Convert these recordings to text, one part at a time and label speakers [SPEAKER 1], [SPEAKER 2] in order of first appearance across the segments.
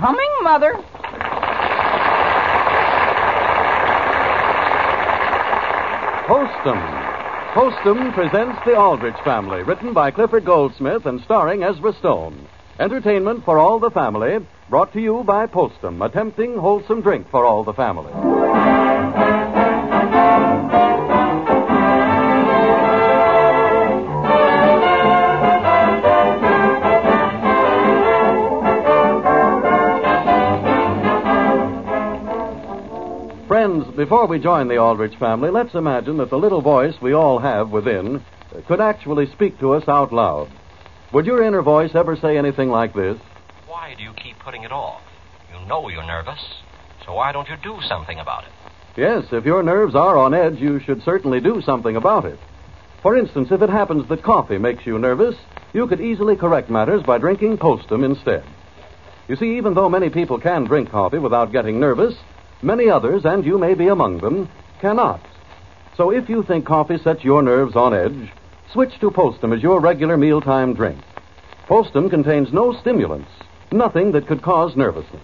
[SPEAKER 1] Coming, Mother.
[SPEAKER 2] Postum. Postum presents The Aldrich Family, written by Clifford Goldsmith and starring Ezra Stone. Entertainment for all the family, brought to you by Postum, a tempting, wholesome drink for all the family. Friends, before we join the Aldrich family, let's imagine that the little voice we all have within uh, could actually speak to us out loud. Would your inner voice ever say anything like this?
[SPEAKER 3] Why do you keep putting it off? You know you're nervous, so why don't you do something about it?
[SPEAKER 2] Yes, if your nerves are on edge, you should certainly do something about it. For instance, if it happens that coffee makes you nervous, you could easily correct matters by drinking Postum instead. You see, even though many people can drink coffee without getting nervous, many others, and you may be among them, cannot. So if you think coffee sets your nerves on edge, switch to Postum as your regular mealtime drink. Postum contains no stimulants, nothing that could cause nervousness.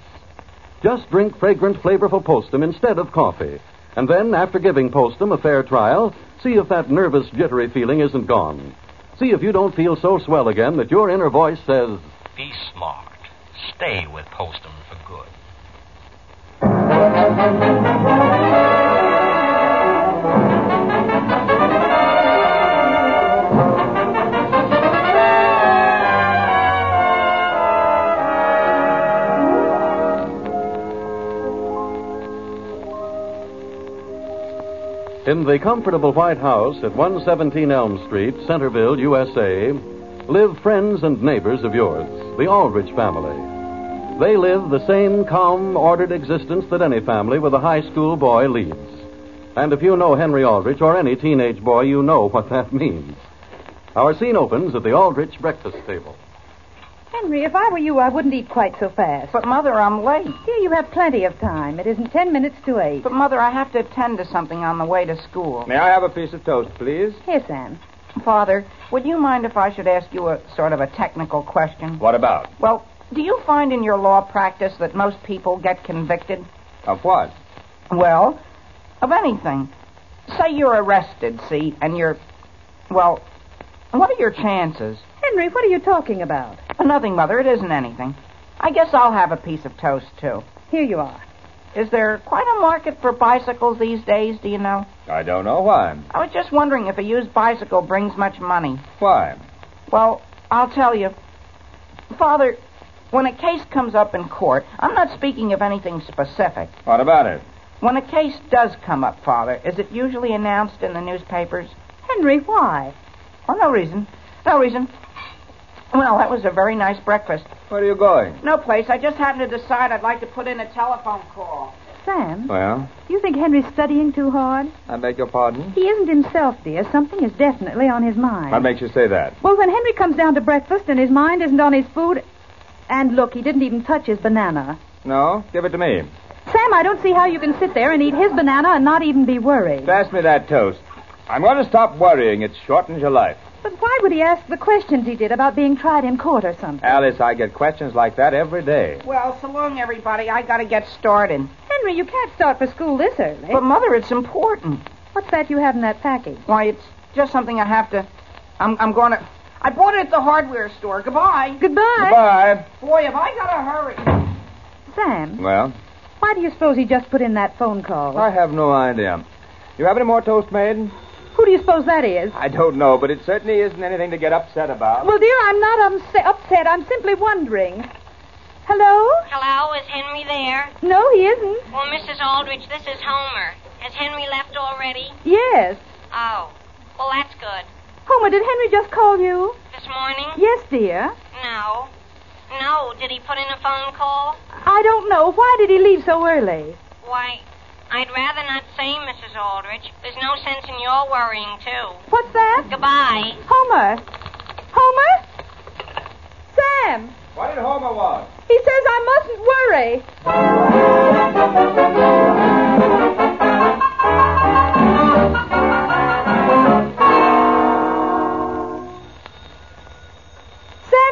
[SPEAKER 2] Just drink fragrant, flavorful Postum instead of coffee. And then, after giving Postum a fair trial, see if that nervous, jittery feeling isn't gone. See if you don't feel so swell again that your inner voice says,
[SPEAKER 3] Be smart. Stay with Postum for good.
[SPEAKER 2] In the comfortable White House at 117 Elm Street, Centerville, USA, live friends and neighbors of yours, the Aldrich family. They live the same calm, ordered existence that any family with a high school boy leads. And if you know Henry Aldrich or any teenage boy, you know what that means. Our scene opens at the Aldrich breakfast table.
[SPEAKER 4] Henry, if I were you, I wouldn't eat quite so fast.
[SPEAKER 1] But, Mother, I'm late.
[SPEAKER 4] dear, you have plenty of time. It isn't ten minutes to eight.
[SPEAKER 1] But, Mother, I have to attend to something on the way to school.
[SPEAKER 5] May I have a piece of toast, please?
[SPEAKER 4] Here, Sam.
[SPEAKER 1] Father, would you mind if I should ask you a sort of a technical question?
[SPEAKER 5] What about?
[SPEAKER 1] Well, do you find in your law practice that most people get convicted?
[SPEAKER 5] Of what?
[SPEAKER 1] Well, of anything. Say you're arrested, see, and you're. Well, what are your chances? Uh,
[SPEAKER 4] Henry, what are you talking about?
[SPEAKER 1] Nothing, Mother. It isn't anything. I guess I'll have a piece of toast, too.
[SPEAKER 4] Here you are.
[SPEAKER 1] Is there quite a market for bicycles these days, do you know?
[SPEAKER 5] I don't know why.
[SPEAKER 1] I was just wondering if a used bicycle brings much money.
[SPEAKER 5] Why?
[SPEAKER 1] Well, I'll tell you. Father, when a case comes up in court, I'm not speaking of anything specific.
[SPEAKER 5] What about it?
[SPEAKER 1] When a case does come up, Father, is it usually announced in the newspapers?
[SPEAKER 4] Henry, why?
[SPEAKER 1] Well, no reason. No reason. Well, that was a very nice breakfast.
[SPEAKER 5] Where are you going?
[SPEAKER 1] No place. I just happened to decide I'd like to put in a telephone call.
[SPEAKER 4] Sam,
[SPEAKER 5] Well,
[SPEAKER 4] do you think Henry's studying too hard?
[SPEAKER 5] I beg your pardon.
[SPEAKER 4] He isn't himself, dear. Something is definitely on his mind.
[SPEAKER 5] What makes you say that?
[SPEAKER 4] Well, when Henry comes down to breakfast and his mind isn't on his food. And look, he didn't even touch his banana.
[SPEAKER 5] No, give it to me.
[SPEAKER 4] Sam, I don't see how you can sit there and eat his banana and not even be worried.
[SPEAKER 5] Pass me that toast. I'm going to stop worrying. It shortens your life.
[SPEAKER 4] But why would he ask the questions he did about being tried in court or something?
[SPEAKER 5] Alice, I get questions like that every day.
[SPEAKER 1] Well, so long, everybody. I gotta get started.
[SPEAKER 4] Henry, you can't start for school this early.
[SPEAKER 1] But, Mother, it's important.
[SPEAKER 4] What's that you have in that package?
[SPEAKER 1] Why, it's just something I have to. I'm, I'm going to. I bought it at the hardware store. Goodbye.
[SPEAKER 4] Goodbye.
[SPEAKER 5] Goodbye.
[SPEAKER 1] Boy, have I got to hurry.
[SPEAKER 4] Sam,
[SPEAKER 5] Well,
[SPEAKER 4] why do you suppose he just put in that phone call?
[SPEAKER 5] I have no idea. You have any more toast, maid?
[SPEAKER 4] Who do you suppose that is?
[SPEAKER 5] I don't know, but it certainly isn't anything to get upset about.
[SPEAKER 4] Well, dear, I'm not umse- upset. I'm simply wondering. Hello?
[SPEAKER 6] Hello, is Henry there?
[SPEAKER 4] No, he isn't.
[SPEAKER 6] Well, Mrs. Aldrich, this is Homer. Has Henry left already?
[SPEAKER 4] Yes.
[SPEAKER 6] Oh. Well, that's good.
[SPEAKER 4] Homer, did Henry just call you?
[SPEAKER 6] This morning?
[SPEAKER 4] Yes, dear.
[SPEAKER 6] No. No, did he put in a phone call?
[SPEAKER 4] I don't know. Why did he leave so early?
[SPEAKER 6] Why, I'd rather not say, Mrs. Aldrich. There's no sense in your worrying, too.
[SPEAKER 4] What's that?
[SPEAKER 6] Goodbye.
[SPEAKER 4] Homer. Homer? Sam,
[SPEAKER 5] What did Homer want?
[SPEAKER 4] he says I mustn't worry. Sam,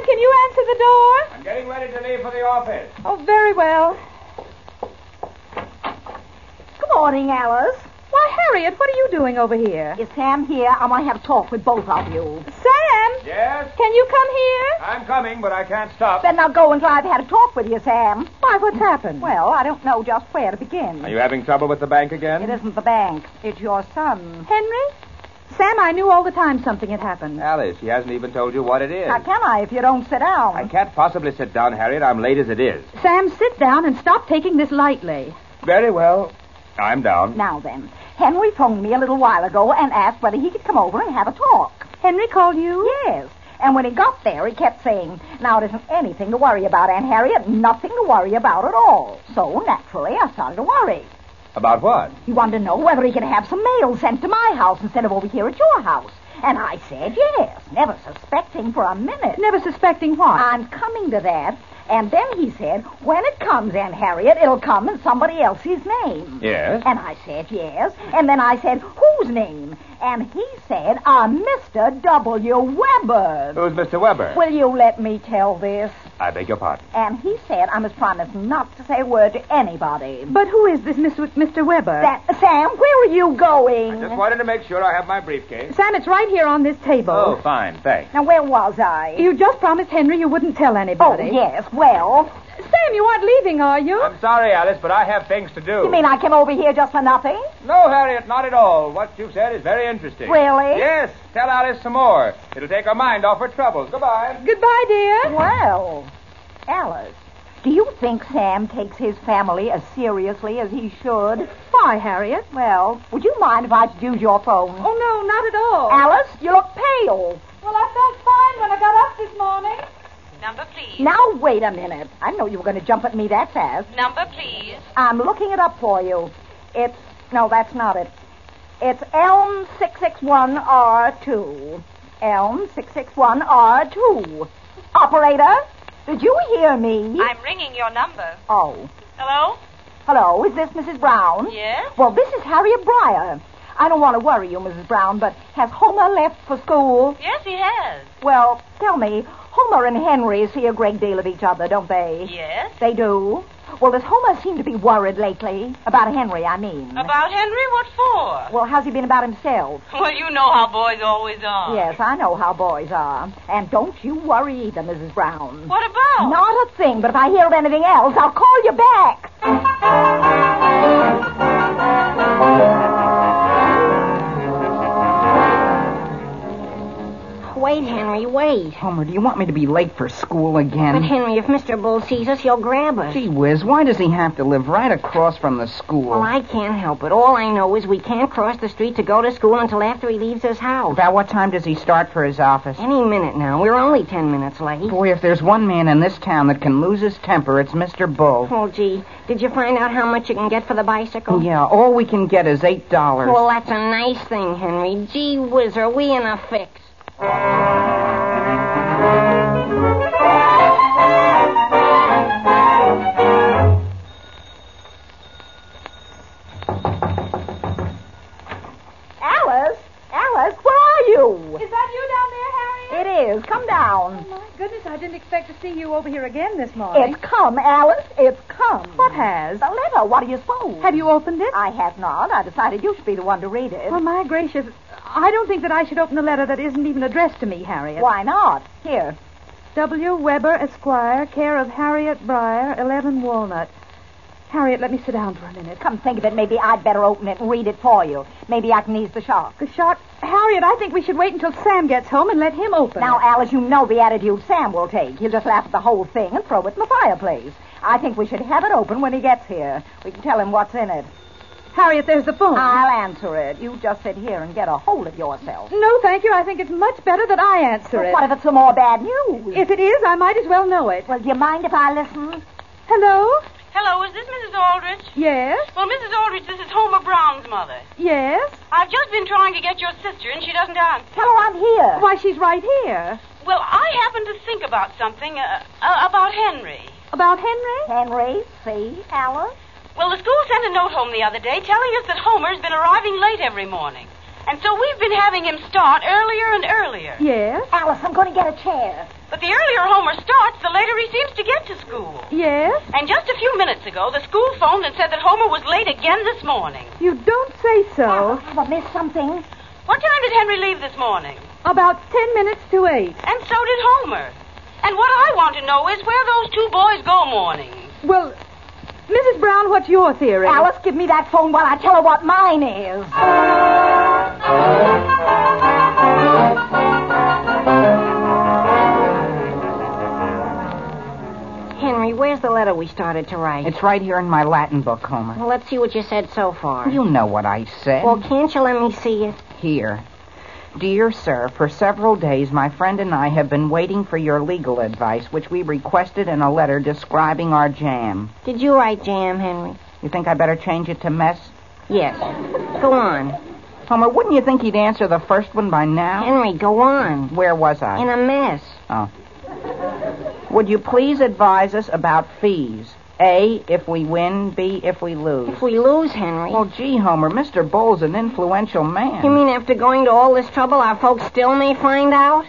[SPEAKER 4] can you answer the door?
[SPEAKER 5] I'm getting ready to leave. ready for the office.
[SPEAKER 4] Oh, very well.
[SPEAKER 7] Good morning, Alice.
[SPEAKER 4] Why, Harriet, what are you doing over here?
[SPEAKER 7] Is Sam here? I want to have a talk with both of you.
[SPEAKER 4] Sam!
[SPEAKER 5] Yes?
[SPEAKER 4] Can you come here?
[SPEAKER 5] I'm coming, but I can't stop.
[SPEAKER 7] Then I'll go until I've had a talk with you, Sam.
[SPEAKER 4] Why, what's happened?
[SPEAKER 7] Well, I don't know just where to begin.
[SPEAKER 5] Are you having trouble with the bank again?
[SPEAKER 7] It isn't the bank. It's your son.
[SPEAKER 4] Henry? Sam, I knew all the time something had happened.
[SPEAKER 5] Alice, he hasn't even told you what it is.
[SPEAKER 7] How can I if you don't sit down?
[SPEAKER 5] I can't possibly sit down, Harriet. I'm late as it is.
[SPEAKER 4] Sam, sit down and stop taking this lightly.
[SPEAKER 5] Very well. I'm down.
[SPEAKER 7] Now then, Henry phoned me a little while ago and asked whether he could come over and have a talk.
[SPEAKER 4] Henry called you?
[SPEAKER 7] Yes. And when he got there, he kept saying, Now it isn't anything to worry about, Aunt Harriet. Nothing to worry about at all. So, naturally, I started to worry.
[SPEAKER 5] About what?
[SPEAKER 7] He wanted to know whether he could have some mail sent to my house instead of over here at your house. And I said yes, never suspecting for a minute.
[SPEAKER 4] Never suspecting what?
[SPEAKER 7] I'm coming to that. And then he said, when it comes, Aunt Harriet, it'll come in somebody else's name.
[SPEAKER 5] Yes?
[SPEAKER 7] And I said yes. And then I said, whose name? And he said, a Mr. W. Weber.
[SPEAKER 5] Who's Mr. Weber?
[SPEAKER 7] Will you let me tell this?
[SPEAKER 5] I beg your pardon.
[SPEAKER 7] And he said, I must promise not to say a word to anybody.
[SPEAKER 4] But who is this Miss, Mr. Weber?
[SPEAKER 7] That, Sam, where are you going?
[SPEAKER 5] I just wanted to make sure I have my briefcase.
[SPEAKER 4] Sam, it's right here on this table.
[SPEAKER 5] Oh, fine. Thanks.
[SPEAKER 7] Now, where was I?
[SPEAKER 4] You just promised Henry you wouldn't tell
[SPEAKER 7] Oh,
[SPEAKER 4] anybody.
[SPEAKER 7] yes, well.
[SPEAKER 4] Sam, you aren't leaving, are you?
[SPEAKER 5] I'm sorry, Alice, but I have things to do.
[SPEAKER 7] You mean I came over here just for nothing?
[SPEAKER 5] No, Harriet, not at all. What you've said is very interesting.
[SPEAKER 7] Really?
[SPEAKER 5] Yes. Tell Alice some more. It'll take her mind off her troubles. Goodbye.
[SPEAKER 4] Goodbye, dear.
[SPEAKER 7] Well, Alice, do you think Sam takes his family as seriously as he should?
[SPEAKER 4] Why, Harriet?
[SPEAKER 7] Well, would you mind if I use your phone?
[SPEAKER 4] Oh, no, not at all.
[SPEAKER 7] Alice, you look pale.
[SPEAKER 4] well, I felt fine when I got up this morning.
[SPEAKER 6] Number, please.
[SPEAKER 7] Now, wait a minute. I know you were going to jump at me that fast.
[SPEAKER 6] Number, please.
[SPEAKER 7] I'm looking it up for you. It's. No, that's not it. It's Elm 661R2. Elm 661R2. Operator, did you hear
[SPEAKER 4] Mm-hmm.
[SPEAKER 7] me?
[SPEAKER 6] I'm ringing your number.
[SPEAKER 7] Oh.
[SPEAKER 6] Hello?
[SPEAKER 7] Hello, is this Mrs.
[SPEAKER 4] Mm-hmm.
[SPEAKER 7] Brown?
[SPEAKER 6] Yes?
[SPEAKER 7] Well, this is Harriet Breyer. I don't want to worry you, Mrs. Brown, but has Homer left for school?
[SPEAKER 6] Yes, he has.
[SPEAKER 7] Well, tell me, Homer and Henry see a great deal of each other, don't they?
[SPEAKER 6] Yes?
[SPEAKER 7] They do. Well, does Homer seem to be worried lately? About Henry, I mean.
[SPEAKER 6] About Henry? What for?
[SPEAKER 7] Well, how's he been about himself?
[SPEAKER 6] Well, you know how boys always are.
[SPEAKER 7] Yes, I know how boys are. And don't you worry either, Mrs. Brown.
[SPEAKER 6] What about?
[SPEAKER 7] Not a thing, but if I hear of anything else, I'll call you back.
[SPEAKER 8] Wait, Henry, wait.
[SPEAKER 1] Homer, do you want me to be late for school again?
[SPEAKER 8] But, Henry, if Mr. Bull sees us, he'll grab us.
[SPEAKER 1] Gee whiz, why does he have to live right across from the school?
[SPEAKER 8] Well, I can't help it. All I know is we can't cross the street to go to school until after he leaves his house.
[SPEAKER 1] About what time does he start for his office?
[SPEAKER 8] Any minute now. We're only ten minutes late.
[SPEAKER 1] Boy, if there's one man in this town that can lose his temper, it's Mr. Bull.
[SPEAKER 8] Oh, gee. Did you find out how much you can get for the bicycle?
[SPEAKER 1] Yeah, all we can get is eight dollars.
[SPEAKER 8] Well, that's a nice thing, Henry. Gee whiz, are we in a fix?
[SPEAKER 7] Alice? Alice, where are you?
[SPEAKER 4] Is that you down there, Harriet?
[SPEAKER 7] It is. Come down.
[SPEAKER 4] Oh, my goodness, I didn't expect to see you over here again this morning.
[SPEAKER 7] It's come, Alice. It's come.
[SPEAKER 4] What has?
[SPEAKER 7] The letter. What do you suppose?
[SPEAKER 4] Have you opened it?
[SPEAKER 7] I have not. I decided you should be the one to read it.
[SPEAKER 4] Well, Oh, my gracious, I don't think that I should open a letter that isn't even addressed to me, Harriet.
[SPEAKER 7] Why not? Here.
[SPEAKER 4] W. Weber, Esquire, care of Harriet Breyer, 11 Walnut. Harriet, let me sit down for a minute.
[SPEAKER 7] Come think of it. Maybe I'd better open it and read it for you. Maybe I can ease the shock.
[SPEAKER 4] The shot. Harriet, I think we should wait until Sam gets home and let him open.
[SPEAKER 7] Now,
[SPEAKER 4] it.
[SPEAKER 7] Alice, you know the attitude Sam will take. He'll just laugh at the whole thing and throw it in the fireplace. I think we should have it open when he gets here. We can tell him what's in it.
[SPEAKER 4] Harriet, there's the phone.
[SPEAKER 7] I'll answer it. You just sit here and get a hold of yourself.
[SPEAKER 4] No, thank you. I think it's much better that I answer
[SPEAKER 7] But
[SPEAKER 4] it.
[SPEAKER 7] What if it's some more bad news?
[SPEAKER 4] If it is, I might as well know it.
[SPEAKER 7] Well, do you mind if I listen?
[SPEAKER 4] Hello?
[SPEAKER 6] Hello, is this Mrs. Aldrich?
[SPEAKER 4] Yes?
[SPEAKER 6] Well, Mrs. Aldrich, this is Homer Brown's mother.
[SPEAKER 4] Yes?
[SPEAKER 6] I've just been trying to get your sister, and she doesn't answer.
[SPEAKER 7] Tell her I'm here.
[SPEAKER 4] Why, she's right here.
[SPEAKER 6] Well, I happened to think about something uh, uh, about Henry.
[SPEAKER 4] About Henry?
[SPEAKER 7] Henry, see, Alice?
[SPEAKER 6] Well, the school sent a note home the other day telling us that Homer's been arriving late every morning.
[SPEAKER 9] And so we've been having him start earlier and earlier.
[SPEAKER 4] Yes?
[SPEAKER 7] Alice, I'm going to get a chair.
[SPEAKER 9] But the earlier Homer starts, the later he seems to get to school.
[SPEAKER 4] Yes?
[SPEAKER 9] And just a few minutes ago, the school phoned and said that Homer was late again this morning.
[SPEAKER 4] You don't say so.
[SPEAKER 7] Have I missed something?
[SPEAKER 9] What time did Henry leave this morning?
[SPEAKER 4] About ten minutes to eight.
[SPEAKER 9] And so did Homer. And what I want to know is where those two boys go mornings.
[SPEAKER 4] Well, Mrs. Brown, what's your theory? Oh,
[SPEAKER 7] Alice, give me that phone while I tell her what mine is.
[SPEAKER 8] Henry, where's the letter we started to write?
[SPEAKER 1] It's right here in my Latin book, Homer.
[SPEAKER 8] Well, let's see what you said so far.
[SPEAKER 1] You know what I said.
[SPEAKER 8] Well, can't you let me see it?
[SPEAKER 1] Here. Dear sir, for several days my friend and I have been waiting for your legal advice, which we requested in a letter describing our jam.
[SPEAKER 8] Did you write jam, Henry?
[SPEAKER 1] You think I better change it to mess?
[SPEAKER 8] Yes. Go on.
[SPEAKER 1] Homer, wouldn't you think he'd answer the first one by now?
[SPEAKER 8] Henry, go on.
[SPEAKER 1] Where was I?
[SPEAKER 8] In a mess.
[SPEAKER 1] Oh. Would you please advise us about fees? A, if we win, B, if we lose.
[SPEAKER 8] If we lose, Henry.
[SPEAKER 1] Well, gee, Homer, Mr. Bull's an influential man.
[SPEAKER 8] you mean after going to all this trouble, our folks still may find out?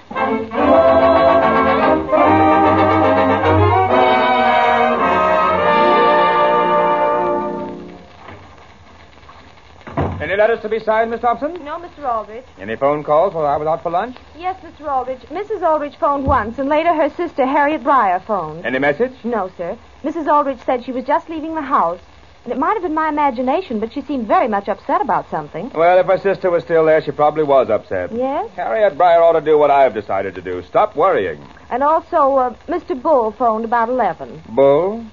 [SPEAKER 5] Any letters to be signed, Miss Thompson?
[SPEAKER 4] No, Mr. Aldrich.
[SPEAKER 5] Any phone calls while I was out for lunch?
[SPEAKER 4] Yes, Mr. Aldrich. Mrs. Aldrich phoned once, and later her sister, Harriet Breyer, phoned.
[SPEAKER 5] Any message?
[SPEAKER 4] No, sir. Mrs. Aldrich said she was just leaving the house. And it might have been my imagination, but she seemed very much upset about something.
[SPEAKER 5] Well, if her sister was still there, she probably was upset.
[SPEAKER 4] Yes?
[SPEAKER 5] Harriet Breyer ought to do what I've decided to do. Stop worrying.
[SPEAKER 4] And also, uh, Mr. Bull phoned about 11.
[SPEAKER 5] Bull?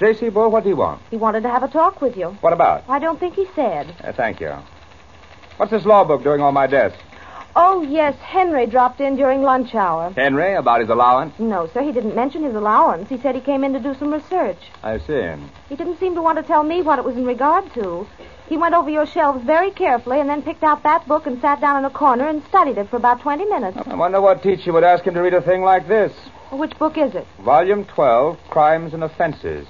[SPEAKER 5] J.C. Bull, what do you want?
[SPEAKER 4] He wanted to have a talk with you.
[SPEAKER 5] What about?
[SPEAKER 4] I don't think he said.
[SPEAKER 5] Uh, thank you. What's this law book doing on my desk?
[SPEAKER 4] Oh, yes, Henry dropped in during lunch hour.
[SPEAKER 5] Henry, about his allowance?
[SPEAKER 4] No, sir, he didn't mention his allowance. He said he came in to do some research.
[SPEAKER 5] I see.
[SPEAKER 4] He didn't seem to want to tell me what it was in regard to. He went over your shelves very carefully and then picked out that book and sat down in a corner and studied it for about 20 minutes.
[SPEAKER 5] I wonder what teacher would ask him to read a thing like this.
[SPEAKER 4] Which book is it?
[SPEAKER 5] Volume 12, Crimes and Offenses.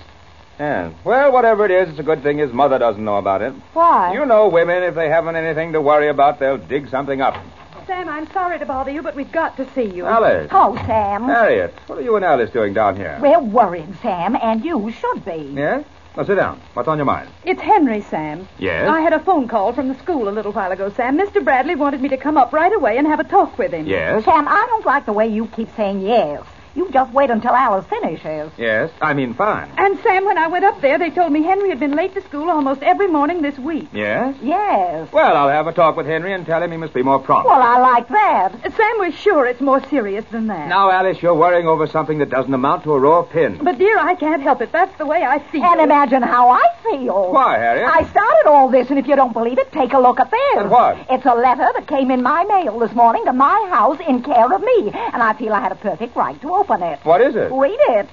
[SPEAKER 5] Yeah. Well, whatever it is, it's a good thing his mother doesn't know about it.
[SPEAKER 4] Why?
[SPEAKER 5] You know women, if they haven't anything to worry about, they'll dig something up.
[SPEAKER 4] Sam, I'm sorry to bother you, but we've got to see you.
[SPEAKER 5] Alice.
[SPEAKER 7] Oh, Sam.
[SPEAKER 5] Harriet, what are you and Alice doing down here?
[SPEAKER 7] We're worried, Sam, and you should be.
[SPEAKER 5] Yes? Now sit down. What's on your mind?
[SPEAKER 4] It's Henry, Sam.
[SPEAKER 5] Yes?
[SPEAKER 4] I had a phone call from the school a little while ago, Sam. Mr. Bradley wanted me to come up right away and have a talk with him.
[SPEAKER 5] Yes?
[SPEAKER 7] Sam, I don't like the way you keep saying yes. You just wait until Alice finishes.
[SPEAKER 5] Yes? I mean, fine.
[SPEAKER 4] And, Sam, when I went up there, they told me Henry had been late to school almost every morning this week.
[SPEAKER 5] Yes?
[SPEAKER 7] Yes.
[SPEAKER 5] Well, I'll have a talk with Henry and tell him he must be more prompt.
[SPEAKER 7] Well, I like that.
[SPEAKER 4] Sam, we're sure it's more serious than that.
[SPEAKER 5] Now, Alice, you're worrying over something that doesn't amount to a raw pin.
[SPEAKER 4] But, dear, I can't help it. That's the way I see
[SPEAKER 7] And
[SPEAKER 4] it.
[SPEAKER 7] imagine how I feel.
[SPEAKER 5] Why, Harriet?
[SPEAKER 7] I started all this, and if you don't believe it, take a look at this.
[SPEAKER 5] At what?
[SPEAKER 7] It's a letter that came in my mail this morning to my house in care of me, and I feel I had a perfect right to open it.
[SPEAKER 5] What is it?
[SPEAKER 7] Read it.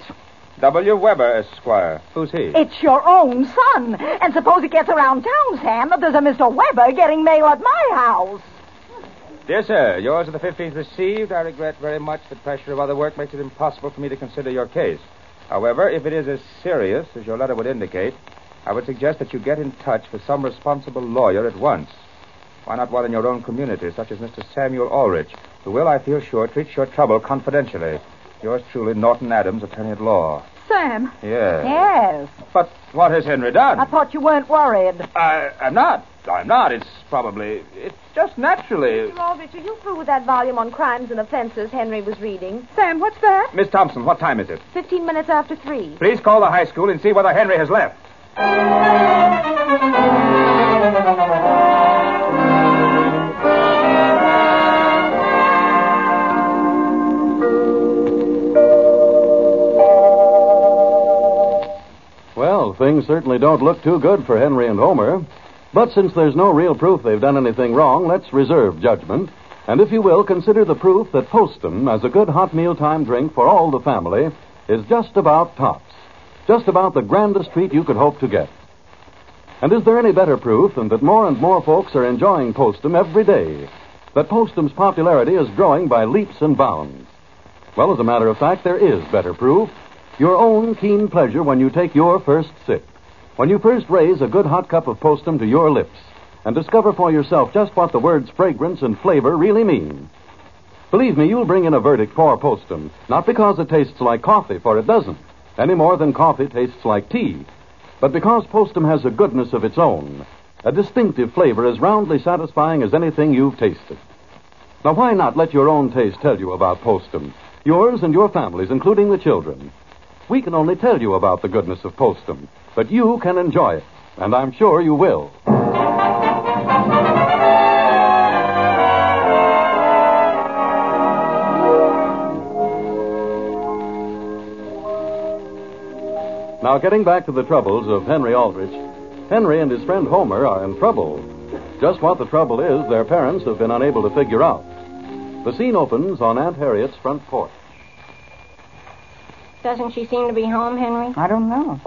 [SPEAKER 5] W. Weber, Esquire. Who's he?
[SPEAKER 7] It's your own son. And suppose it gets around town, Sam, that there's a Mr. Weber getting mail at my house.
[SPEAKER 5] Dear sir, yours of the 15th received. I regret very much the pressure of other work makes it impossible for me to consider your case. However, if it is as serious as your letter would indicate, I would suggest that you get in touch with some responsible lawyer at once. Why not one in your own community, such as Mr. Samuel Ulrich, who will, I feel sure, treat your trouble confidentially. Yours truly, Norton Adams, attorney at law.
[SPEAKER 4] Sam,
[SPEAKER 5] Yes.
[SPEAKER 7] Yes.
[SPEAKER 5] But what has Henry
[SPEAKER 7] I
[SPEAKER 5] done?
[SPEAKER 7] thought you weren't worried.
[SPEAKER 5] I, I'm not. I'm not. It's probably. It's just naturally.
[SPEAKER 4] Aldrich, are you through with that volume on crimes and offenses Henry was reading? Sam, what's that?
[SPEAKER 5] Miss Thompson, what time is it?
[SPEAKER 4] Fifteen minutes after three.
[SPEAKER 5] Please call the high school and see whether Henry has left.
[SPEAKER 2] Well, things certainly don't look too good for Henry and Homer. But since there's no real proof they've done anything wrong, let's reserve judgment. And if you will, consider the proof that Postum, as a good hot mealtime drink for all the family, is just about tops. Just about the grandest treat you could hope to get. And is there any better proof than that more and more folks are enjoying Postum every day? That Postum's popularity is growing by leaps and bounds. Well, as a matter of fact, there is better proof. Your own keen pleasure when you take your first sip. When you first raise a good hot cup of postum to your lips. and discover for yourself just what the words fragrance and flavor really mean. Believe me, you'll bring in a verdict for Postum, not because it tastes like coffee, for it doesn't, any more than coffee tastes like tea, but because Postum has a goodness of its own, a distinctive flavor as roundly satisfying as anything you've tasted. Now, why not let your own taste tell you about Postum? Yours and your family's, including the children. We can only tell you about the goodness of Postum, but you can enjoy it, and I'm sure you will. Now, getting back to the troubles of Henry Aldrich, Henry and his friend Homer are in trouble. Just what the trouble is, their parents have been unable to figure out. The scene opens on Aunt Harriet's front porch.
[SPEAKER 8] Doesn't she seem to be home, Henry?
[SPEAKER 1] I don't know.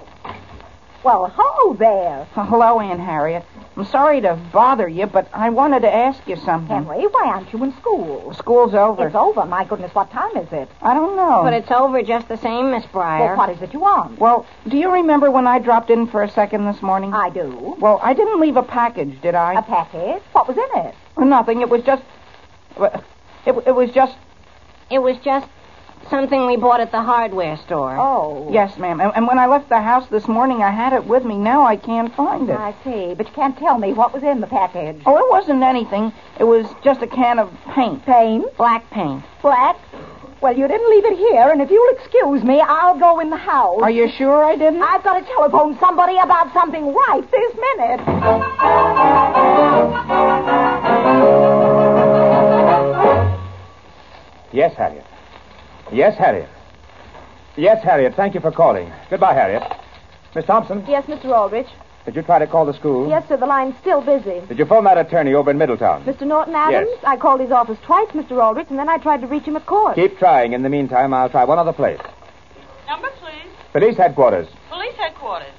[SPEAKER 7] Well, ho there,
[SPEAKER 1] Hello, Aunt Harriet. I'm sorry to bother you, but I wanted to ask you something.
[SPEAKER 7] Henry. Why aren't you in school?
[SPEAKER 1] School's over.
[SPEAKER 7] It's over. My goodness, what time is it?
[SPEAKER 1] I don't know.
[SPEAKER 8] But it's over just the same, Miss Bryer.
[SPEAKER 7] Well, what is it you want?
[SPEAKER 1] Well, do you remember when I dropped in for a second this morning?
[SPEAKER 7] I do.
[SPEAKER 1] Well, I didn't leave a package, did I?
[SPEAKER 7] A packet. What was in it?
[SPEAKER 1] Nothing. It was just. It, it was just.
[SPEAKER 8] It was just something we bought at the hardware store.
[SPEAKER 7] Oh.
[SPEAKER 1] Yes, ma'am. And, and when I left the house this morning, I had it with me. Now I can't find it.
[SPEAKER 7] I see, but you can't tell me what was in the package.
[SPEAKER 1] Oh, it wasn't anything. It was just a can of paint.
[SPEAKER 7] Paint?
[SPEAKER 1] Black paint.
[SPEAKER 7] Black? Well, you didn't leave it here, and if you'll excuse me, I'll go in the house.
[SPEAKER 1] Are you sure I didn't?
[SPEAKER 7] I've got to telephone somebody about something right this minute.
[SPEAKER 5] Yes, Harriet. Yes, Harriet. Yes, Harriet. Thank you for calling. Goodbye, Harriet. Miss Thompson,
[SPEAKER 4] Yes, Mr. Aldrich.
[SPEAKER 5] did you try to call the school?
[SPEAKER 4] Yes, sir, the line's still busy.
[SPEAKER 5] Did you phone that attorney over in Middletown?
[SPEAKER 4] Mr. Norton Adams,
[SPEAKER 5] Yes.
[SPEAKER 4] I called his office twice, Mr. Aldrich, and then I tried to reach him at court.
[SPEAKER 5] Keep trying. In the meantime, I'll try one other place.
[SPEAKER 9] Number, please.
[SPEAKER 5] Police headquarters.
[SPEAKER 9] Police headquarters.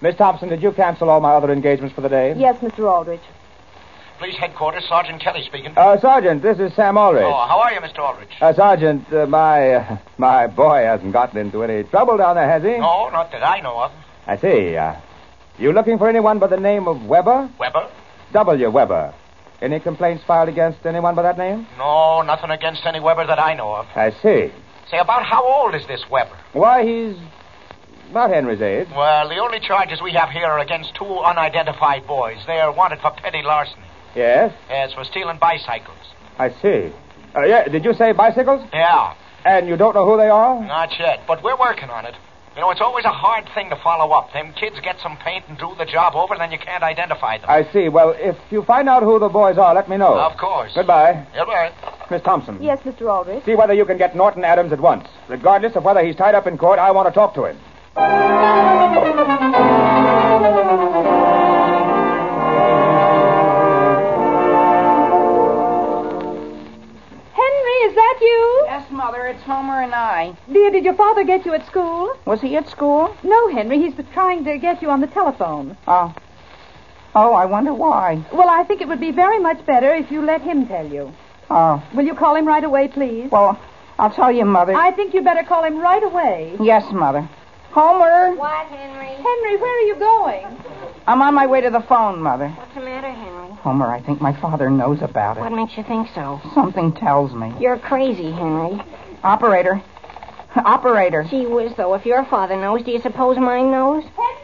[SPEAKER 5] Miss Thompson, did you cancel all my other engagements for the day?
[SPEAKER 4] Yes, Mr. Aldrich.
[SPEAKER 3] Police headquarters, Sergeant Kelly speaking.
[SPEAKER 5] Uh, Sergeant, this is Sam Ulrich.
[SPEAKER 3] oh, how are you, Mr. Aldrich?
[SPEAKER 5] Uh, Sergeant, uh, my uh, my boy hasn't gotten into any trouble down there, has he?
[SPEAKER 3] no, not that I know of.
[SPEAKER 5] I see. Uh, you looking for anyone by the name of Weber?
[SPEAKER 3] Weber?
[SPEAKER 5] W. Weber. Any complaints filed against anyone by that name?
[SPEAKER 3] No, nothing against any Weber that I know of.
[SPEAKER 5] I see.
[SPEAKER 3] Say, about how old is this Weber?
[SPEAKER 5] Why, he's about Henry's age.
[SPEAKER 3] Well, the only charges we have here are against two unidentified boys. They are wanted for petty larceny.
[SPEAKER 5] Yes,
[SPEAKER 3] As for stealing bicycles.
[SPEAKER 5] I see. Uh, yeah, did you say bicycles?
[SPEAKER 3] Yeah,
[SPEAKER 5] And you don't know who they are?
[SPEAKER 3] not yet, but we're working on it. You know, it's always a hard thing to follow up. Them kids get some paint and do the job over, then you can't identify them.
[SPEAKER 5] I see. Well, if you find out who the boys are, let me know.
[SPEAKER 3] Of course.
[SPEAKER 5] Goodbye,
[SPEAKER 3] Goodbye.
[SPEAKER 5] Miss Thompson.
[SPEAKER 4] Yes, Mr. Aldrich.
[SPEAKER 5] See whether you can get Norton Adams at once. Regardless of whether he's tied up in court, I want to talk to him.
[SPEAKER 4] Henry, is that you?
[SPEAKER 1] Yes, Mother, it's Homer and I.
[SPEAKER 4] Dear, did your father get you at school?
[SPEAKER 1] Was he at school?
[SPEAKER 4] No, Henry. He's trying to get you on the telephone.
[SPEAKER 1] Oh. Oh, I wonder why.
[SPEAKER 4] Well, I think it would be very much better if you let him tell you.
[SPEAKER 1] Oh.
[SPEAKER 4] Will you call him right away, please?
[SPEAKER 1] Well, I'll tell you, Mother.
[SPEAKER 4] I think you better call him right away.
[SPEAKER 1] Yes, Mother. Homer,
[SPEAKER 6] What, Henry?
[SPEAKER 4] Henry, where are you going?
[SPEAKER 1] I'm on my way to the phone, Mother.
[SPEAKER 6] What's the matter, Henry?
[SPEAKER 1] Homer, I think my father knows about
[SPEAKER 8] What
[SPEAKER 1] it.
[SPEAKER 8] makes you think so?
[SPEAKER 1] Something tells me.
[SPEAKER 8] You're crazy, Henry.
[SPEAKER 1] Operator. Operator.
[SPEAKER 8] Gee whiz, though, if your father knows, do you suppose mine knows?
[SPEAKER 4] Henry,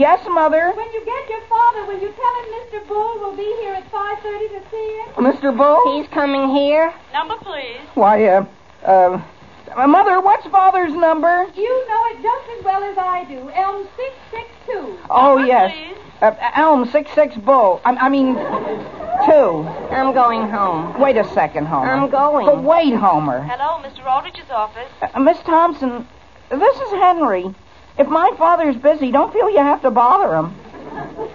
[SPEAKER 1] Yes, Mother.
[SPEAKER 4] when you get your father, will you tell him Mr. Bull will be here at 5.30 to see him?
[SPEAKER 1] Mr. Bull?
[SPEAKER 8] He's coming here.
[SPEAKER 9] Number, please.
[SPEAKER 1] Why, uh, uh, Mother, what's Father's number?
[SPEAKER 4] You know it just as well as I do. Elm 662.
[SPEAKER 1] Oh,
[SPEAKER 9] Number,
[SPEAKER 1] yes.
[SPEAKER 9] please.
[SPEAKER 1] Uh, Elm 66 Bull. I, I mean, two.
[SPEAKER 8] I'm going home.
[SPEAKER 1] Wait a second,
[SPEAKER 5] Uh-huh.
[SPEAKER 1] Homer.
[SPEAKER 8] I'm going.
[SPEAKER 1] But wait, Homer.
[SPEAKER 9] Hello, Mr. Aldrich's office.
[SPEAKER 1] Uh, Miss Thompson, this is Henry. If my father's busy, don't feel you have to bother him.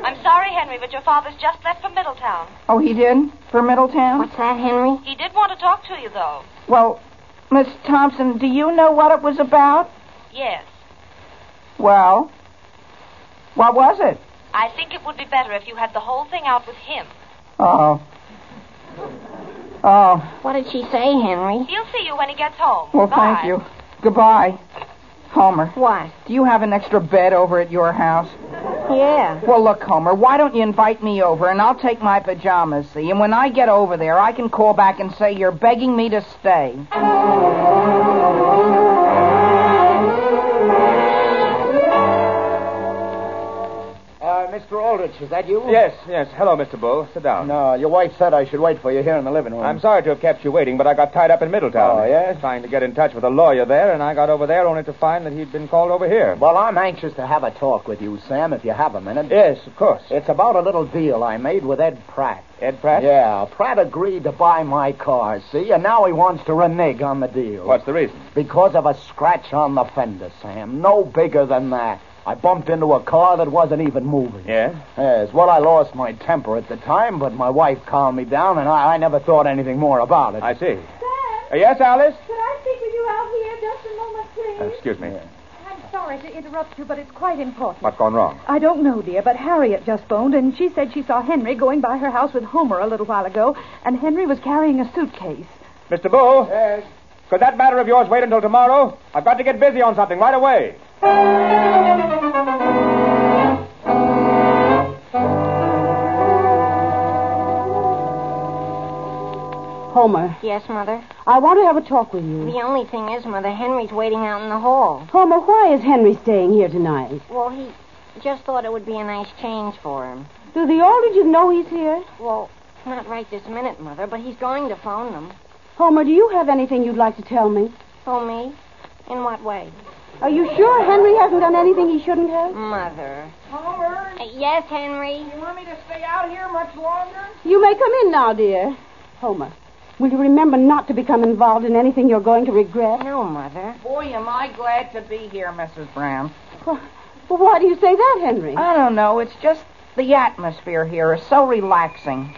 [SPEAKER 9] I'm sorry, Henry, but your father's just left for Middletown.
[SPEAKER 1] Oh, he did? For Middletown?
[SPEAKER 8] What's that, Henry?
[SPEAKER 9] He did want to talk to you, though.
[SPEAKER 1] Well, Miss Thompson, do you know what it was about?
[SPEAKER 9] Yes.
[SPEAKER 1] Well, what was it?
[SPEAKER 9] I think it would be better if you had the whole thing out with him.
[SPEAKER 1] Oh. Oh,
[SPEAKER 8] What did she say, Henry?
[SPEAKER 9] He'll see you when he gets home.
[SPEAKER 1] well,
[SPEAKER 9] Bye.
[SPEAKER 1] thank you. Goodbye. Homer,
[SPEAKER 8] What?
[SPEAKER 1] do you have an extra bed over at your house?
[SPEAKER 10] Yeah.
[SPEAKER 1] Well, look, Homer, why don't you invite me over and I'll take my pajamas, see? And when I get over there, I can call back and say you're begging me to stay.
[SPEAKER 11] Uh, Mr. Aldrich, is that you?
[SPEAKER 5] Yes, yes. Hello, Mr. Bull. Sit down.
[SPEAKER 11] No, your wife said I should wait for you here in the living room.
[SPEAKER 5] I'm sorry to have kept you waiting, but I got tied up in Middletown.
[SPEAKER 11] Oh, yes?
[SPEAKER 5] Trying to get in touch with a lawyer there, and I got over there only to find that he'd been called over here.
[SPEAKER 11] Well, I'm anxious to have a talk with you, Sam, if you have a minute.
[SPEAKER 5] Yes, of course.
[SPEAKER 11] It's about a little deal I made with Ed Pratt.
[SPEAKER 5] Ed Pratt?
[SPEAKER 11] Yeah, Pratt agreed to buy my car, see, and now he wants to renege on the deal.
[SPEAKER 5] What's the reason?
[SPEAKER 11] Because of a scratch on the fender, Sam. No bigger than that. I bumped into a car that wasn't even moving.
[SPEAKER 5] Yeah?
[SPEAKER 11] Yes, well, I lost my temper at the time, but my wife calmed me down, and I, I never thought anything more about it.
[SPEAKER 5] I see. Uh, yes, Alice?
[SPEAKER 12] Could I speak with you out here just a moment, please?
[SPEAKER 5] Uh, excuse me.
[SPEAKER 12] I'm sorry to interrupt you, but it's quite important.
[SPEAKER 5] What's gone wrong?
[SPEAKER 12] I don't know, dear, but Harriet just phoned, and she said she saw Henry going by her house with Homer a little while ago, and Henry was carrying a suitcase.
[SPEAKER 5] Mr. Bull?
[SPEAKER 11] Yes?
[SPEAKER 5] Could that matter of yours wait until tomorrow? I've got to get busy on something right away.
[SPEAKER 10] Homer,
[SPEAKER 8] Yes, Mother.
[SPEAKER 10] I want to have a talk with you.
[SPEAKER 8] The only thing is, Mother, Henry's waiting out in the hall.
[SPEAKER 10] Homer, why is Henry staying here tonight?
[SPEAKER 8] Well, he just thought it would be a nice change for him.
[SPEAKER 10] Do the Aldridges know he's here?
[SPEAKER 8] Well, not right this minute, Mother, but he's going to phone them.
[SPEAKER 10] Homer, do you have anything you'd like to tell me?
[SPEAKER 8] Phone me? In what way?
[SPEAKER 10] Are you sure Henry hasn't done anything he shouldn't have?
[SPEAKER 8] Mother.
[SPEAKER 12] Homer,
[SPEAKER 8] Uh, yes, Henry.
[SPEAKER 12] you want me to stay out here much longer?
[SPEAKER 10] You may come in now, dear. Homer, will you remember not to become involved in anything you're going to regret?
[SPEAKER 8] No, Mother.
[SPEAKER 1] Boy, am I glad to be here, Mrs. Brown.
[SPEAKER 10] Well, why do you say that, Henry?
[SPEAKER 1] I don't know. It's just the atmosphere here is so relaxing.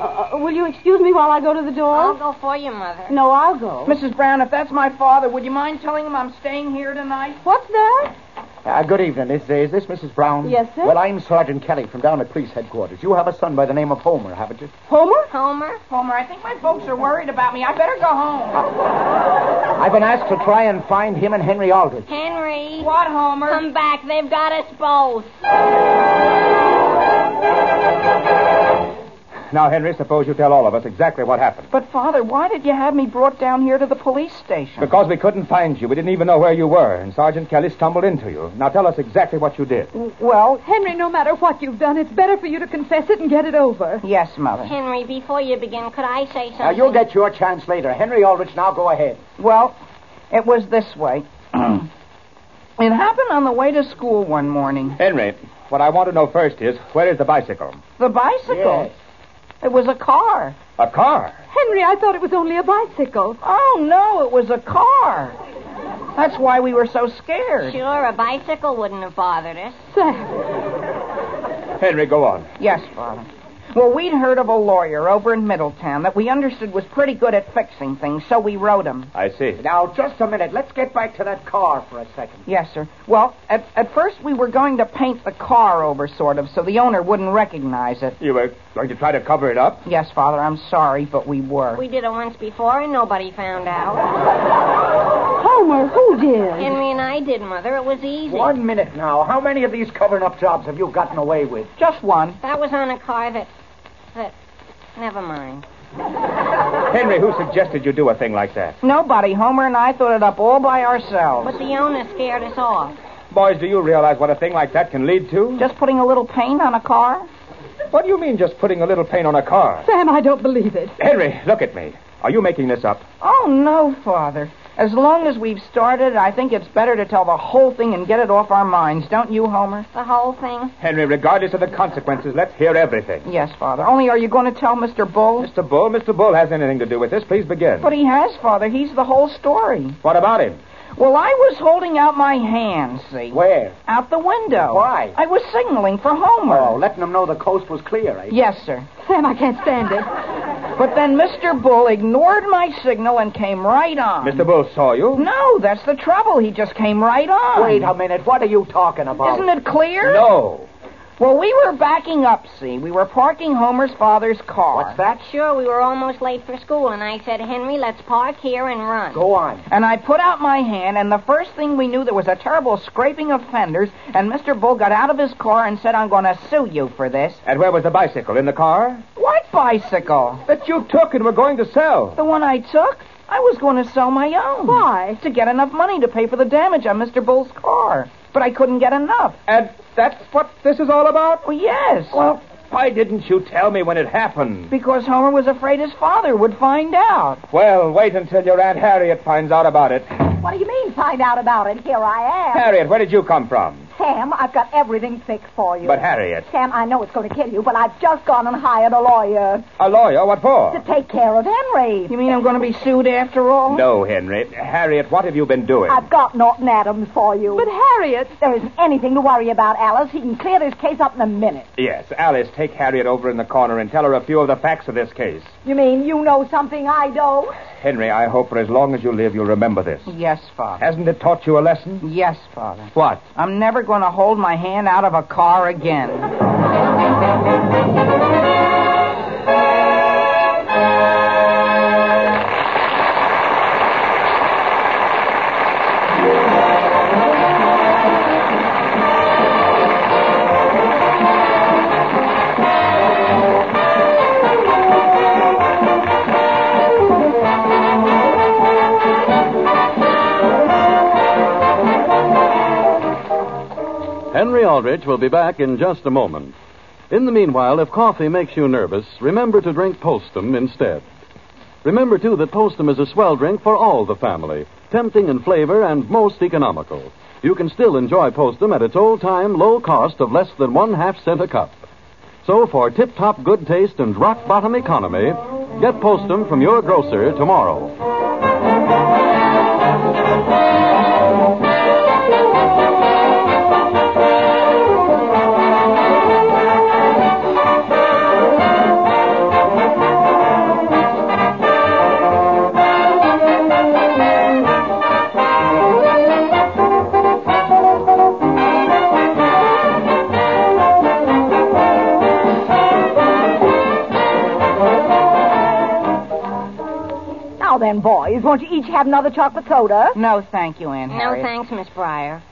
[SPEAKER 10] Uh, uh, will you excuse me while I go to the door?
[SPEAKER 8] I'll go for you, Mother.
[SPEAKER 10] No, I'll go.
[SPEAKER 1] Mrs. Brown, if that's my father, would you mind telling him I'm staying here tonight?
[SPEAKER 10] What's that?
[SPEAKER 11] Uh, good evening. Is, is this Mrs. Brown?
[SPEAKER 10] Yes, sir.
[SPEAKER 11] Well, I'm Sergeant Kelly from down at police headquarters. You have a son by the name of Homer, haven't you?
[SPEAKER 10] Homer?
[SPEAKER 8] Homer?
[SPEAKER 1] Homer, I think my folks are worried about me. I better go home.
[SPEAKER 11] I've been asked to try and find him and Henry Aldrich.
[SPEAKER 8] Henry?
[SPEAKER 1] What, Homer?
[SPEAKER 8] Come back. They've got us both.
[SPEAKER 5] Now, Henry, suppose you tell all of us exactly what happened.
[SPEAKER 1] But, Father, why did you have me brought down here to the police station?
[SPEAKER 5] Because we couldn't find you. We didn't even know where you were, and Sergeant Kelly stumbled into you. Now tell us exactly what you did.
[SPEAKER 1] Well,
[SPEAKER 12] Henry, no matter what you've done, it's better for you to confess it and get it over.
[SPEAKER 1] yes, Mother.
[SPEAKER 8] Henry, before you begin, could I say something?
[SPEAKER 11] Now, you'll get your chance later. Henry Aldrich, now go ahead.
[SPEAKER 1] Well, it was this way. it happened on the way to school one morning.
[SPEAKER 5] Henry, what I want to know first is where is the bicycle?
[SPEAKER 1] The bicycle.
[SPEAKER 11] Yes.
[SPEAKER 1] It was a car.
[SPEAKER 5] A car.
[SPEAKER 12] Henry, I thought it was only a bicycle.
[SPEAKER 1] Oh, no, it was a car. That's why we were so scared.
[SPEAKER 8] Sure, a bicycle wouldn't have bothered us.
[SPEAKER 12] Sam,
[SPEAKER 5] Henry, go on.
[SPEAKER 1] Yes, Father. Well, we'd heard of a lawyer over in Middletown that we understood was pretty good at fixing things, so we wrote him.
[SPEAKER 5] I see.
[SPEAKER 11] Now, just a minute. Let's get back to that car for a second.
[SPEAKER 1] Yes, sir. Well, at, at first we were going to paint the car over, sort of, so the owner wouldn't recognize it.
[SPEAKER 5] You were going to try to cover it up?
[SPEAKER 1] Yes, Father, I'm sorry, but we were.
[SPEAKER 8] We did it once before, and nobody found out.
[SPEAKER 10] Homer, who did?
[SPEAKER 8] Henry and I did, Mother. It was easy.
[SPEAKER 11] One minute now. How many of these covering up jobs have you gotten away with?
[SPEAKER 1] Just one.
[SPEAKER 8] That was on a car that. that. Never mind.
[SPEAKER 5] Henry, who suggested you do a thing like that?
[SPEAKER 1] Nobody. Homer and I thought it up all by ourselves.
[SPEAKER 8] But the owner scared us off.
[SPEAKER 5] Boys, do you realize what a thing like that can lead to?
[SPEAKER 1] Just putting a little paint on a car?
[SPEAKER 5] What do you mean just putting a little paint on a car?
[SPEAKER 12] Sam, I don't believe it.
[SPEAKER 5] Henry, look at me. Are you making this up?
[SPEAKER 1] Oh, no, Father. As long as we've started, I think it's better to tell the whole thing and get it off our minds, don't you, Homer?
[SPEAKER 8] The whole thing.
[SPEAKER 5] Henry, regardless of the consequences, let's hear everything.
[SPEAKER 1] Yes, Father. Only are you going to tell Mr. Bull?
[SPEAKER 5] Mr. Bull, Mr. Bull has anything to do with this. Please begin.
[SPEAKER 1] But he has, Father. He's the whole story.
[SPEAKER 5] What about him?
[SPEAKER 1] Well, I was holding out my hand, see?
[SPEAKER 11] Where?
[SPEAKER 1] Out the window.
[SPEAKER 11] Why?
[SPEAKER 1] I was signaling for Homer.
[SPEAKER 11] Oh, letting them know the coast was clear, eh?
[SPEAKER 1] Yes, sir.
[SPEAKER 12] Sam, I can't stand it.
[SPEAKER 1] But then Mr. Bull ignored my signal and came right on.
[SPEAKER 5] Mr. Bull saw you?
[SPEAKER 1] No, that's the trouble. He just came right on.
[SPEAKER 11] Wait a minute. What are you talking about?
[SPEAKER 1] Isn't it clear?
[SPEAKER 5] No.
[SPEAKER 1] Well, we were backing up, see. We were parking Homer's father's car.
[SPEAKER 8] What's that? Sure, we were almost late for school, and I said, Henry, let's park here and run.
[SPEAKER 11] Go on.
[SPEAKER 1] And I put out my hand, and the first thing we knew, there was a terrible scraping of fenders, and Mr. Bull got out of his car and said, I'm going to sue you for this.
[SPEAKER 5] And where was the bicycle? In the car?
[SPEAKER 1] What bicycle?
[SPEAKER 5] That you took and were going to sell.
[SPEAKER 1] The one I took? I was going to sell my own.
[SPEAKER 12] Why?
[SPEAKER 1] To get enough money to pay for the damage on Mr. Bull's car. But I couldn't get enough.
[SPEAKER 5] And that's what this is all about?
[SPEAKER 1] Well, yes.
[SPEAKER 5] Well, why didn't you tell me when it happened?
[SPEAKER 1] Because Homer was afraid his father would find out.
[SPEAKER 5] Well, wait until your Aunt Harriet finds out about it.
[SPEAKER 7] What do you mean, find out about it? Here I am.
[SPEAKER 5] Harriet, where did you come from?
[SPEAKER 7] Sam, I've got everything fixed for you.
[SPEAKER 5] But, Harriet.
[SPEAKER 7] Sam, I know it's going to kill you, but I've just gone and hired a lawyer
[SPEAKER 5] A lawyer? What for?
[SPEAKER 7] to take care of Henry.
[SPEAKER 1] You mean I'm going to be sued after all?
[SPEAKER 5] No, Henry. Harriet, what have you been doing?
[SPEAKER 7] I've got Norton Adams for you.
[SPEAKER 12] But, Harriet.
[SPEAKER 7] There isn't anything to worry about, Alice. He can clear this case up in a minute.
[SPEAKER 5] Yes, Alice, take Harriet over in the corner and tell her a few of the facts of this case.
[SPEAKER 7] You mean you know something I don't?
[SPEAKER 5] Henry, I hope for as long as you live you'll remember this.
[SPEAKER 1] Yes, Father.
[SPEAKER 5] Hasn't it taught you a lesson?
[SPEAKER 1] Yes, Father.
[SPEAKER 5] What?
[SPEAKER 1] I'm never going to hold my hand out of a car again.
[SPEAKER 2] Henry Aldrich will be back in just a moment. In the meanwhile, if coffee makes you nervous, remember to drink Postum instead. Remember, too, that Postum is a swell drink for all the family, tempting in flavor and most economical. You can still enjoy Postum at its old time low cost of less than one half cent a cup. So, for tip top good taste and rock bottom economy, get Postum from your grocer tomorrow.
[SPEAKER 7] Now then, boys, won't you each have another chocolate soda?
[SPEAKER 1] No, thank you, Aunt
[SPEAKER 8] No
[SPEAKER 1] Harriet.
[SPEAKER 8] thanks, Miss Breyer.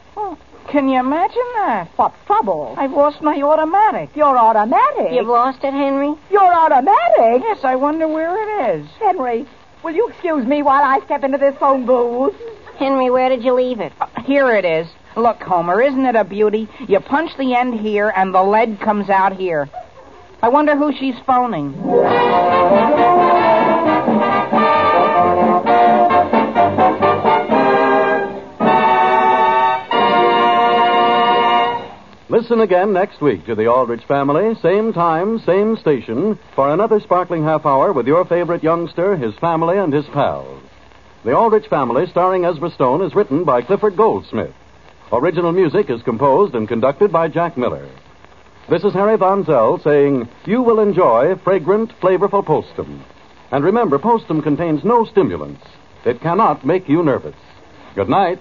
[SPEAKER 1] Can you imagine that?
[SPEAKER 7] What trouble?
[SPEAKER 1] I've lost my automatic.
[SPEAKER 7] You're automatic.
[SPEAKER 8] You've lost it, Henry?
[SPEAKER 7] You're automatic?
[SPEAKER 1] Yes, I wonder where it is.
[SPEAKER 7] Henry, will you excuse me while I step into this phone booth?
[SPEAKER 8] Henry, where did you leave it?
[SPEAKER 1] Here it is. Look, Homer, isn't it a beauty? You punch the end here, and the lead comes out here. I wonder who she's phoning.
[SPEAKER 2] Listen again next week to the Aldrich family, same time, same station, for another sparkling half hour with your favorite youngster, his family, and his pals. The Aldrich family, starring Ezra Stone, is written by Clifford Goldsmith. Original music is composed and conducted by Jack Miller. This is Harry Von Zell saying, You will enjoy fragrant, flavorful Postum. And remember, Postum contains no stimulants. It cannot make you nervous. Good night.